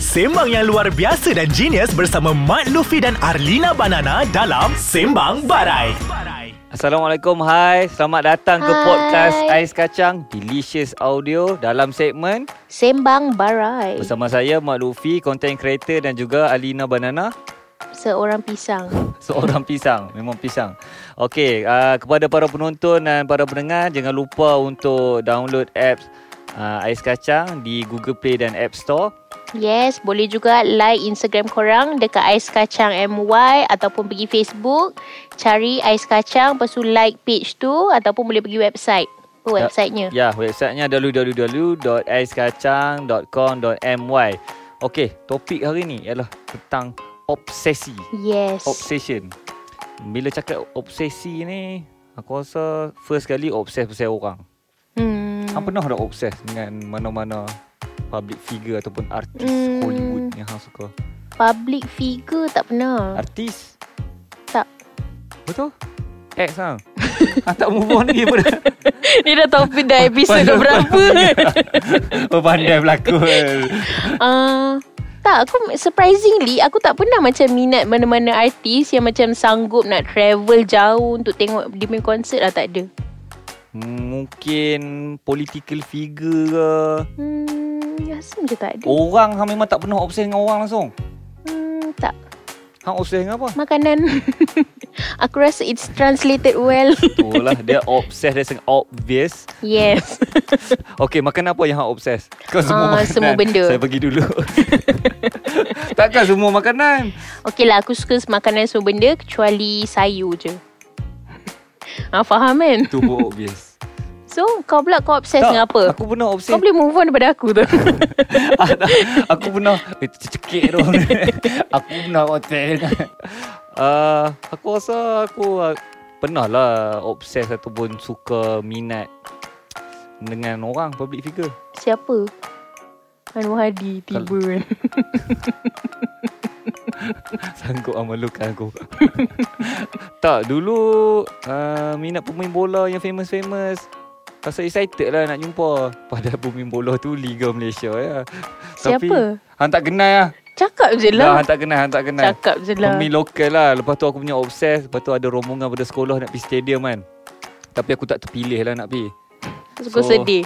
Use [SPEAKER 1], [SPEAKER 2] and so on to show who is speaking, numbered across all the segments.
[SPEAKER 1] Sembang yang luar biasa dan genius bersama Mat Luffy dan Arlina Banana dalam Sembang Barai.
[SPEAKER 2] Assalamualaikum, hai. Selamat datang hai. ke
[SPEAKER 3] Hai.
[SPEAKER 2] podcast Ais Kacang Delicious Audio dalam segmen
[SPEAKER 3] Sembang Barai
[SPEAKER 2] bersama saya Mak Luffy, content creator dan juga Alina Banana,
[SPEAKER 3] Seorang pisang
[SPEAKER 2] seorang pisang, memang pisang. Okey, uh, kepada para penonton dan para pendengar, jangan lupa untuk download apps uh, Ais Kacang di Google Play dan App Store.
[SPEAKER 3] Yes Boleh juga like Instagram korang Dekat Ais Kacang MY Ataupun pergi Facebook Cari Ais Kacang Lepas tu like page tu Ataupun boleh pergi website Apa websitenya?
[SPEAKER 2] Ya, websitenya www.aiskacang.com.my. Okey, topik hari ni ialah tentang obsesi.
[SPEAKER 3] Yes
[SPEAKER 2] Oh, Obsession Bila cakap obsesi ni Aku rasa First kali obses pasal orang
[SPEAKER 3] hmm.
[SPEAKER 2] hmm. Hang pernah dah obses Dengan mana-mana Public figure Ataupun artis
[SPEAKER 3] Hmm.
[SPEAKER 2] hmm. Hollywood Yang hang suka
[SPEAKER 3] Public figure tak pernah
[SPEAKER 2] Artis
[SPEAKER 3] Tak
[SPEAKER 2] Betul? Ex hang Hang tak move on lagi daripada
[SPEAKER 3] Dia dah tahu dah episode
[SPEAKER 2] Pandai-
[SPEAKER 3] berapa
[SPEAKER 2] Oh pandai berlakon
[SPEAKER 3] uh, tak, aku surprisingly aku tak pernah macam minat mana-mana artis yang macam sanggup nak travel jauh untuk tengok dia punya konsert lah tak ada.
[SPEAKER 2] Hmm, Mungkin Political figure ke
[SPEAKER 3] Hmm, rasa macam tak ada.
[SPEAKER 2] Orang hang memang tak pernah obses dengan orang langsung
[SPEAKER 3] Hmm, tak.
[SPEAKER 2] Hang obses dengan apa?
[SPEAKER 3] Makanan. aku rasa it's translated well.
[SPEAKER 2] Itulah dia obses Dia sangat obvious
[SPEAKER 3] yes.
[SPEAKER 2] Okey, makan apa yang hang obses? Kau semua
[SPEAKER 3] Ah,
[SPEAKER 2] makanan.
[SPEAKER 3] semua benda.
[SPEAKER 2] Saya pergi dulu. Takkan semua makanan.
[SPEAKER 3] Okay lah, aku suka makanan semua benda kecuali sayur je. Ah, faham kan?
[SPEAKER 2] Itu pun obvious.
[SPEAKER 3] So, kau pula kau obses dengan apa?
[SPEAKER 2] Aku pernah obses.
[SPEAKER 3] Kau boleh move on daripada aku tu.
[SPEAKER 2] ah, tak. aku pernah eh, cekik tu. aku pernah obses. Uh, aku rasa aku uh, pernah lah obses ataupun suka minat dengan orang public figure.
[SPEAKER 3] Siapa? Anwar Hadi tiba kan.
[SPEAKER 2] Sanggup ah melukan aku Tak dulu uh, Minat pemain bola yang famous-famous Rasa excited lah nak jumpa Padahal pemain bola tu Liga Malaysia ya. Tapi,
[SPEAKER 3] Siapa?
[SPEAKER 2] Hang tak kenal lah
[SPEAKER 3] Cakap je
[SPEAKER 2] Dah
[SPEAKER 3] lah.
[SPEAKER 2] hang tak kenal Hang tak kenal
[SPEAKER 3] Cakap je lah.
[SPEAKER 2] Pemain lokal lah Lepas tu aku punya obses Lepas tu ada rombongan pada sekolah Nak pergi stadium kan Tapi aku tak terpilih lah nak pergi
[SPEAKER 3] Suka
[SPEAKER 2] So-
[SPEAKER 3] sedih.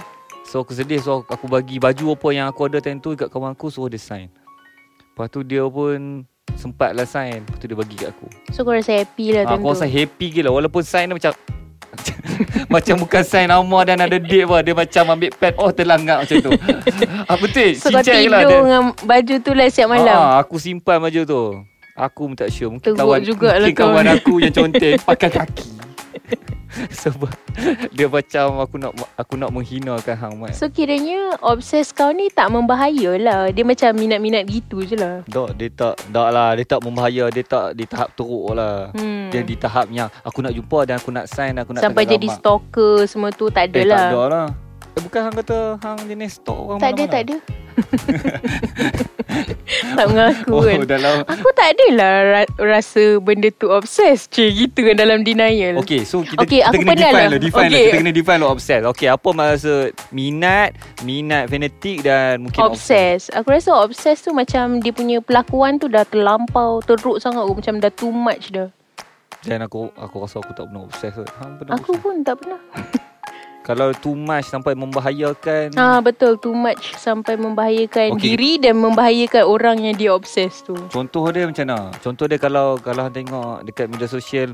[SPEAKER 2] So aku sedih So aku- aku bagi baju apa yang aku ada time tu Kat kawan aku Suruh dia sign Lepas tu dia pun Sempat lah sign Lepas tu dia bagi kat aku
[SPEAKER 3] So kau rasa happy lah
[SPEAKER 2] Ah,
[SPEAKER 3] tentu.
[SPEAKER 2] Aku rasa happy gila Walaupun sign dia macam Macam bukan sign nama Dan ada date pun Dia macam ambil pen Oh terlangak macam tu ah, Betul
[SPEAKER 3] So kau
[SPEAKER 2] cincai
[SPEAKER 3] tidur
[SPEAKER 2] gila dia.
[SPEAKER 3] dengan baju tu lah siap malam.
[SPEAKER 2] Ah, Aku simpan baju tu Aku pun tak sure Mungkin
[SPEAKER 3] Teruk
[SPEAKER 2] kawan
[SPEAKER 3] jugalah
[SPEAKER 2] Mungkin
[SPEAKER 3] kau
[SPEAKER 2] kawan
[SPEAKER 3] ni.
[SPEAKER 2] aku yang contek Pakai kaki Sebab Dia macam Aku nak aku nak menghinakan Hang Mat
[SPEAKER 3] So kiranya obses kau ni tak membahaya lah. Dia macam minat-minat gitu je lah.
[SPEAKER 2] Tak dia tak Tak lah Dia tak membahaya Dia tak di tahap teruk lah
[SPEAKER 3] Hmm.
[SPEAKER 2] Dia di tahap yang Aku nak jumpa Dan aku nak sign Aku nak
[SPEAKER 3] Sampai
[SPEAKER 2] tanda
[SPEAKER 3] jadi
[SPEAKER 2] gambar.
[SPEAKER 3] stalker semua tu tak ada
[SPEAKER 2] Eh
[SPEAKER 3] lah.
[SPEAKER 2] tak ada lah Eh bukan hang kata hang jenis stalk orang
[SPEAKER 3] Tak ada,
[SPEAKER 2] mana-mana
[SPEAKER 3] tak ada. tak mengaku
[SPEAKER 2] Oh
[SPEAKER 3] kan.
[SPEAKER 2] dalam
[SPEAKER 3] Aku tak adalah ra- rasa benda tu obses je gitu kan dalam denial.
[SPEAKER 2] Okay so kita,
[SPEAKER 3] Okey,
[SPEAKER 2] kita
[SPEAKER 3] aku
[SPEAKER 2] kena
[SPEAKER 3] pernah
[SPEAKER 2] define
[SPEAKER 3] lah.
[SPEAKER 2] lah Define
[SPEAKER 3] Okey.
[SPEAKER 2] lah Kita kena define lah obsess Okay apa maksud Minat Minat fanatik Dan mungkin obsess
[SPEAKER 3] Obses Aku rasa obses tu macam Dia punya pelakuan tu dah terlampau Teruk sangat kot. Macam dah too much dah
[SPEAKER 2] Dan aku aku rasa aku tak pernah obsess kot. Hang pernah
[SPEAKER 3] Aku
[SPEAKER 2] obsess?
[SPEAKER 3] pun tak pernah
[SPEAKER 2] Kalau too much Sampai membahayakan
[SPEAKER 3] Ah Betul too much Sampai
[SPEAKER 2] Hmm.
[SPEAKER 3] membahayakan
[SPEAKER 2] Okey.
[SPEAKER 3] diri Dan membahayakan orang yang dia obses tu
[SPEAKER 2] Contoh dia macam mana Contoh dia kalau Kalau hang tengok Dekat media sosial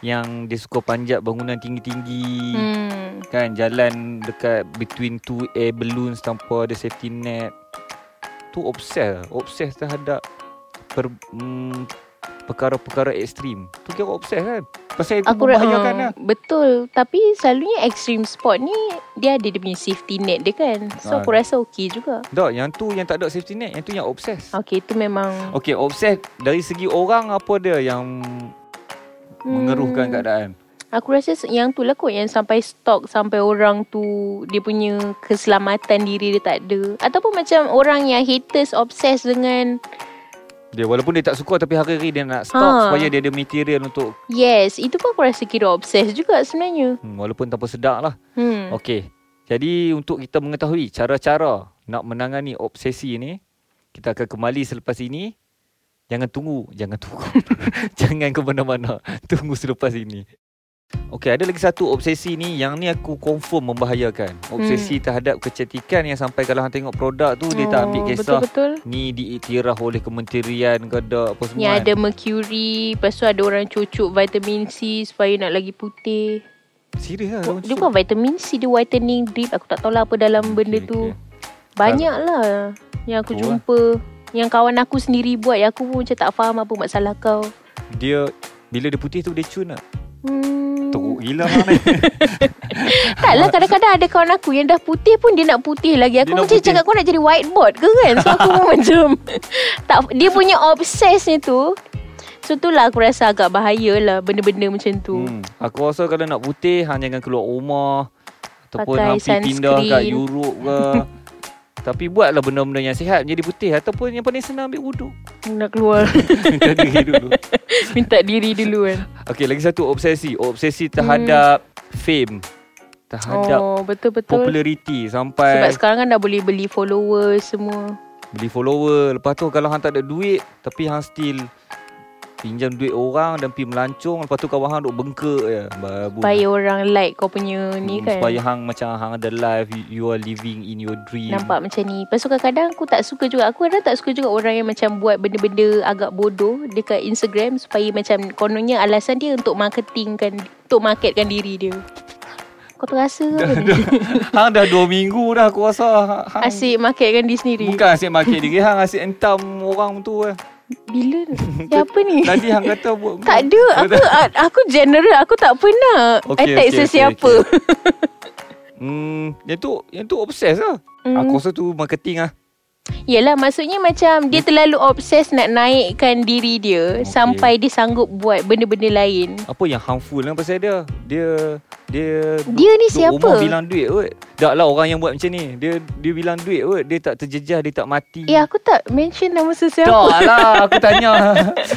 [SPEAKER 2] Yang dia suka panjat Bangunan tinggi-tinggi
[SPEAKER 3] Hmm
[SPEAKER 2] Kan jalan dekat between two air balloons tanpa ada safety net. Tu obses lah. Obses terhadap per, mm, perkara-perkara ekstrim. Tu kira obses kan. Pasal itu
[SPEAKER 3] Aku
[SPEAKER 2] aku
[SPEAKER 3] ra-
[SPEAKER 2] membahayakan
[SPEAKER 3] ah,
[SPEAKER 2] lah.
[SPEAKER 3] Betul Tapi selalunya extreme sport ni Dia ada dia punya safety net dia kan
[SPEAKER 2] Ah.
[SPEAKER 3] So aku rasa okey juga
[SPEAKER 2] Tak, yang tu yang tak ada safety net, yang tu yang obses.
[SPEAKER 3] Okay tu memang
[SPEAKER 2] Okey, obses dari segi orang apa dia yang
[SPEAKER 3] hmm,
[SPEAKER 2] mengeruhkan keadaan?
[SPEAKER 3] Aku rasa se- yang tu lah kot Yang sampai stok Sampai orang tu Dia punya keselamatan diri dia tak ada Ataupun macam orang yang haters Obsessed dengan
[SPEAKER 2] Dia walaupun dia tak suka tapi hari-hari dia nak stok
[SPEAKER 3] Ha.
[SPEAKER 2] supaya dia ada material untuk
[SPEAKER 3] Yes Itu pun aku rasa kira obsessed juga sebenarnya
[SPEAKER 2] hmm, walaupun tanpa sedar lah.
[SPEAKER 3] hmm.
[SPEAKER 2] Okey. Jadi untuk kita mengetahui cara-cara nak menangani obsesi ni, Kita akan kembali selepas ini. Jangan tunggu, jangan tunggu. jangan ke mana-mana. Tunggu selepas ini. Okey, ada lagi satu obsesi ni yang ni aku confirm membahayakan. Obsesi hmm. terhadap kecantikan yang sampai kalau hang tengok produk tu dia tak ambil kisah
[SPEAKER 3] Oh, Betul-betul.
[SPEAKER 2] ni diiktiraf oleh kementerian ke ada apa semua.
[SPEAKER 3] Yang Ya, ada
[SPEAKER 2] kan.
[SPEAKER 3] mercury Lepas tu ada orang cucuk vitamin C Supaya nak lagi putih Oh,
[SPEAKER 2] Serius lah. orang
[SPEAKER 3] Dia
[SPEAKER 2] cucuk.
[SPEAKER 3] bukan vitamin C Dia whitening drip Aku tak tahu lah apa dalam benda
[SPEAKER 2] Okey,
[SPEAKER 3] tu
[SPEAKER 2] okey.
[SPEAKER 3] Banyak lah Yang aku
[SPEAKER 2] Oh,
[SPEAKER 3] jumpa Yang kawan aku sendiri buat Yang aku pun macam tak faham Apa masalah kau
[SPEAKER 2] Dia bila dia putih tu dia cun lah.
[SPEAKER 3] Hmm.
[SPEAKER 2] Teruk gila hang ni.
[SPEAKER 3] Tak lah kadang-kadang ada kawan aku Yang dah putih pun dia nak putih lagi
[SPEAKER 2] Dia
[SPEAKER 3] Aku
[SPEAKER 2] nak
[SPEAKER 3] macam
[SPEAKER 2] putih.
[SPEAKER 3] cakap kau nak jadi whiteboard ke kan So aku pun macam tak, Dia punya obsesnya tu So tu lah aku rasa agak bahaya lah Benda-benda macam tu
[SPEAKER 2] Hmm. Aku rasa kalau nak putih hang jangan keluar rumah ataupun
[SPEAKER 3] Pakai
[SPEAKER 2] hang pergi pindah kat
[SPEAKER 3] sunscreen.
[SPEAKER 2] Europe ke. Tapi buatlah benda-benda yang sihat menjadi putih ataupun yang paling senang ambil wuduk.
[SPEAKER 3] Nak keluar
[SPEAKER 2] Minta diri dulu.
[SPEAKER 3] Minta diri dulu kan
[SPEAKER 2] Okey, lagi satu obsesi. Obsesi terhadap fame. Terhadap oh,
[SPEAKER 3] Hmm. Oh betul-betul
[SPEAKER 2] populariti
[SPEAKER 3] Sebab
[SPEAKER 2] sampai
[SPEAKER 3] sekarang kan dah boleh beli follower semua
[SPEAKER 2] beli follower. Lepas tu kalau hang tak ada duit tapi hang still pinjam duit orang dan pergi melancong lepas tu kawan hang duk bengkak je. Babu.
[SPEAKER 3] Supaya orang like kau punya
[SPEAKER 2] Hmm,
[SPEAKER 3] ni kan
[SPEAKER 2] Supaya hang macam hang ada life you- You are living in your dream
[SPEAKER 3] Nampak macam ni Lepas tu kadang-kadang aku tak suka juga Aku kadang tak suka juga orang yang macam Buat benda-benda agak bodoh Dekat Instagram Supaya macam kononnya alasan dia Untuk marketing kan Untuk marketkan diri dia Kau terasa kan? ke apa ni?
[SPEAKER 2] Hang dah 2 minggu dah aku rasa Hang- hang
[SPEAKER 3] Asyik marketkan diri sendiri
[SPEAKER 2] Bukan asyik market diri Hang asyik entam orang tu eh.
[SPEAKER 3] Bila ni? Siapa ni?
[SPEAKER 2] Tadi hang kata buat
[SPEAKER 3] Tak ada Aku aku general Aku tak pernah
[SPEAKER 2] Okey,
[SPEAKER 3] okay, Attack
[SPEAKER 2] okey, okey,
[SPEAKER 3] sesiapa okay,
[SPEAKER 2] Hmm, yang tu yang tu obses lah. Hmm. Aku rasa tu marketing ah.
[SPEAKER 3] Yelah maksudnya macam Dia terlalu obses Nak naikkan diri dia
[SPEAKER 2] Okey.
[SPEAKER 3] Sampai dia sanggup buat Benda-benda lain
[SPEAKER 2] Apa yang harmful lah pasal dia? Dia dia
[SPEAKER 3] Dia ni
[SPEAKER 2] duk
[SPEAKER 3] siapa?
[SPEAKER 2] rumah bilang duit kot. Tak lah orang yang buat macam ni. Dia dia bilang duit kot. Dia tak terjejah, dia tak mati.
[SPEAKER 3] Eh aku tak mention nama sesiapa
[SPEAKER 2] tak lah aku tanya.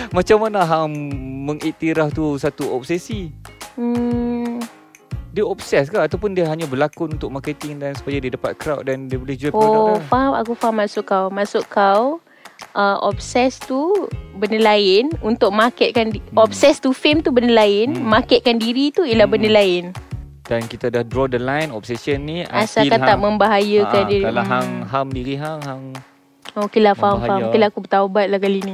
[SPEAKER 2] macam mana hang mengiktiraf tu satu obsesi?
[SPEAKER 3] Hmm.
[SPEAKER 2] Dia obses ke ataupun dia hanya berlakon untuk marketing dan supaya dia dapat crowd dan dia boleh jual produk
[SPEAKER 3] Oh,
[SPEAKER 2] dah?
[SPEAKER 3] faham. Aku faham maksud kau. Maksud kau uh, obses tu benda lain untuk marketkan di- hmm. obses tu fame tu benda lain,
[SPEAKER 2] Hmm.
[SPEAKER 3] hmm. marketkan diri tu
[SPEAKER 2] Hmm.
[SPEAKER 3] ialah hmm. benda lain.
[SPEAKER 2] Dan kita dah draw the line obsession ni until
[SPEAKER 3] Asalkan tak membahayakan
[SPEAKER 2] Ah,
[SPEAKER 3] diri.
[SPEAKER 2] Kalau hang ham diri hang hang
[SPEAKER 3] Okeylah lah, faham
[SPEAKER 2] membahaya.
[SPEAKER 3] faham. Okeylah aku bertaubat lah kali ni.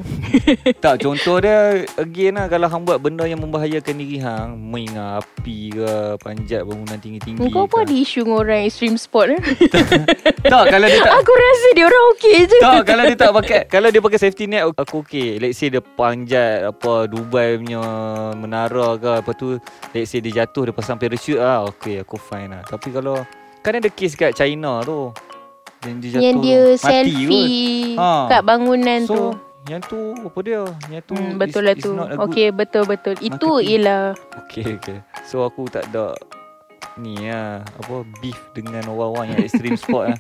[SPEAKER 2] tak contoh dia again lah kalau hang buat benda yang membahayakan diri hang main api ke panjat bangunan tinggi-tinggi.
[SPEAKER 3] Kau
[SPEAKER 2] ke.
[SPEAKER 3] pun ada isu dengan orang extreme sport eh?
[SPEAKER 2] Tak kalau dia tak
[SPEAKER 3] Aku rasa dia orang okey je.
[SPEAKER 2] tak kalau dia tak pakai kalau dia pakai safety net aku- aku okey. Let's say dia panjat apa Dubai punya menara ke lepas tu let's say dia jatuh dia pasang parachute ah okey aku fine lah. Tapi kalau kan ada kes kat China tu yang dia jatuh
[SPEAKER 3] Yang dia
[SPEAKER 2] mati kot.
[SPEAKER 3] selfie
[SPEAKER 2] Ha.
[SPEAKER 3] kat bangunan
[SPEAKER 2] so,
[SPEAKER 3] tu.
[SPEAKER 2] Yang tu apa dia? Yang tu
[SPEAKER 3] Hmm, betul lah
[SPEAKER 2] is- is
[SPEAKER 3] tu.
[SPEAKER 2] not a good-
[SPEAKER 3] Okey betul betul. Itu
[SPEAKER 2] marketing.
[SPEAKER 3] ialah
[SPEAKER 2] Okey okey. So aku tak ada ni lah apa beef dengan orang-orang yang extreme sport lah.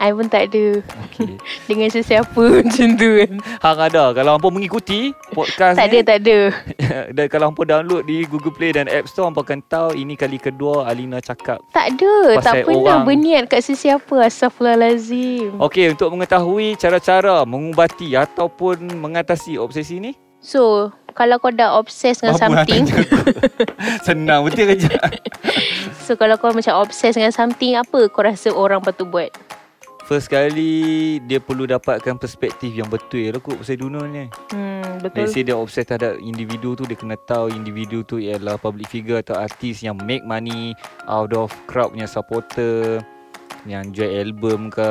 [SPEAKER 3] I pun tak ada
[SPEAKER 2] Okey.
[SPEAKER 3] Dengan sesiapa macam tu kan
[SPEAKER 2] Hang ada kalau hangpa mengikuti podcast
[SPEAKER 3] Tak ada
[SPEAKER 2] ni
[SPEAKER 3] tak ada
[SPEAKER 2] dan kalau hangpa download di Google Play dan App Store hangpa akan tahu ini kali kedua Alina cakap.
[SPEAKER 3] Tak ada
[SPEAKER 2] Pasal
[SPEAKER 3] Tak pernah
[SPEAKER 2] orang. Oh.
[SPEAKER 3] berniat kat sesiapa Astaghfirullahalazim
[SPEAKER 2] Okey, untuk mengetahui cara-cara mengubati ataupun mengatasi obsesi ni,
[SPEAKER 3] So Kalau kau dah obses dengan
[SPEAKER 2] Apa hang
[SPEAKER 3] something
[SPEAKER 2] tanya aku? senang betul kerja.
[SPEAKER 3] So kalau kau macam obses dengan something Apa kau rasa orang patut buat
[SPEAKER 2] First kali dia perlu dapatkan perspektif yang betul lah kot pasal dunia ni.
[SPEAKER 3] Hmm
[SPEAKER 2] Let's
[SPEAKER 3] betul
[SPEAKER 2] say dia obsessed terhadap individu tu Dia kena tahu individu tu ialah public figure atau artis yang make money Out of crowd punya supporter Yang jual album ke,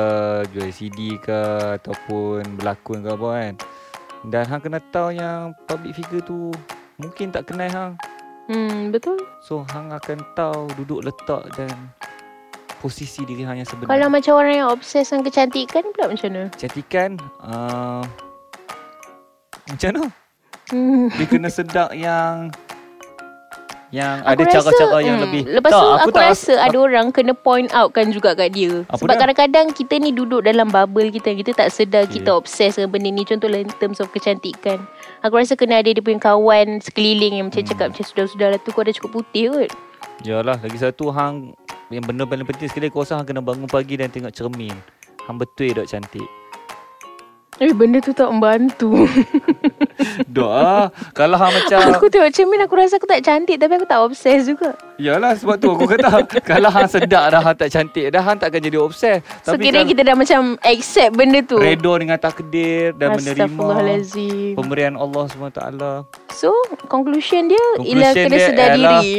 [SPEAKER 2] jual CD ke Ataupun berlakon ke apa kan Dan hang kena tahu yang public figure tu Mungkin tak kenal hang
[SPEAKER 3] Hmm betul
[SPEAKER 2] So hang akan tahu duduk letak dan Posisi diri hang yang sebenar
[SPEAKER 3] Kalau macam orang yang obses dengan kecantikan pula macam mana
[SPEAKER 2] Cantikan uh, Macam mana?
[SPEAKER 3] Hmm
[SPEAKER 2] Dia kena sedap yang yang
[SPEAKER 3] Aku
[SPEAKER 2] ada
[SPEAKER 3] rasa,
[SPEAKER 2] cara-cara yang
[SPEAKER 3] hmm,
[SPEAKER 2] lebih.
[SPEAKER 3] Lepas tu aku,
[SPEAKER 2] tak
[SPEAKER 3] rasa ada orang kena point out kan juga kat dia
[SPEAKER 2] Apa
[SPEAKER 3] Sebab
[SPEAKER 2] dia?
[SPEAKER 3] kadang-kadang kita ni duduk dalam bubble kita Kita tak sedar
[SPEAKER 2] Okay.
[SPEAKER 3] okay. kita obses dengan benda ni Contohlah in terms of kecantikan Aku rasa kena ada dia punya kawan sekeliling yang macam
[SPEAKER 2] Hmm.
[SPEAKER 3] cakap macam Sudah-sudah lah tu kau dah cukup putih kot
[SPEAKER 2] Yalah, lagi satu hang yang benda paling penting sekali kau rasa hang kena bangun pagi dan tengok cermin. Hang betul tak cantik.
[SPEAKER 4] Eh benda tu tak membantu
[SPEAKER 2] Doa ah, Kalau hang macam
[SPEAKER 3] Aku tengok cermin Aku rasa aku tak cantik Tapi aku tak obses juga
[SPEAKER 2] Yalah sebab tu aku kata Kalau hang sedap dah Hang tak cantik dah Hang takkan jadi obses
[SPEAKER 3] So kira kita dah macam Accept benda tu
[SPEAKER 2] Redor dengan takdir Dan menerima
[SPEAKER 4] Astaghfirullahalazim
[SPEAKER 2] Pemberian Allah SWT
[SPEAKER 3] So conclusion dia
[SPEAKER 2] Conclusion
[SPEAKER 3] Ialah kena
[SPEAKER 2] dia
[SPEAKER 3] sedar
[SPEAKER 2] ialah-
[SPEAKER 3] diri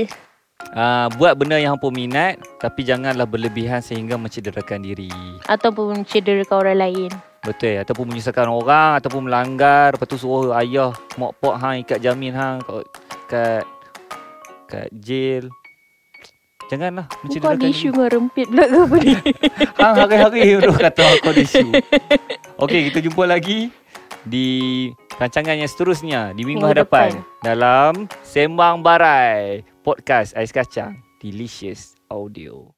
[SPEAKER 2] Uh, buat benda yang hampa minat Tapi janganlah berlebihan sehingga mencederakan diri
[SPEAKER 3] Ataupun cederakan orang lain
[SPEAKER 2] Betul Ataupun menyusahkan orang Ataupun melanggar Lepas tu suruh ayah Mak pak hang ikat jamin hang Kat Kat, kat jail Janganlah
[SPEAKER 4] Kau ada
[SPEAKER 2] mencederakan diri.
[SPEAKER 4] isu dengan rempit pula ke apa ni
[SPEAKER 2] Hang hari-hari Ruh kata aku ada isu Okey kita jumpa lagi Di rancangan yang seterusnya Di minggu,
[SPEAKER 3] Minggu
[SPEAKER 2] hadapan depan. Dalam Sembang Barai Podcast Ais Kacang Delicious Audio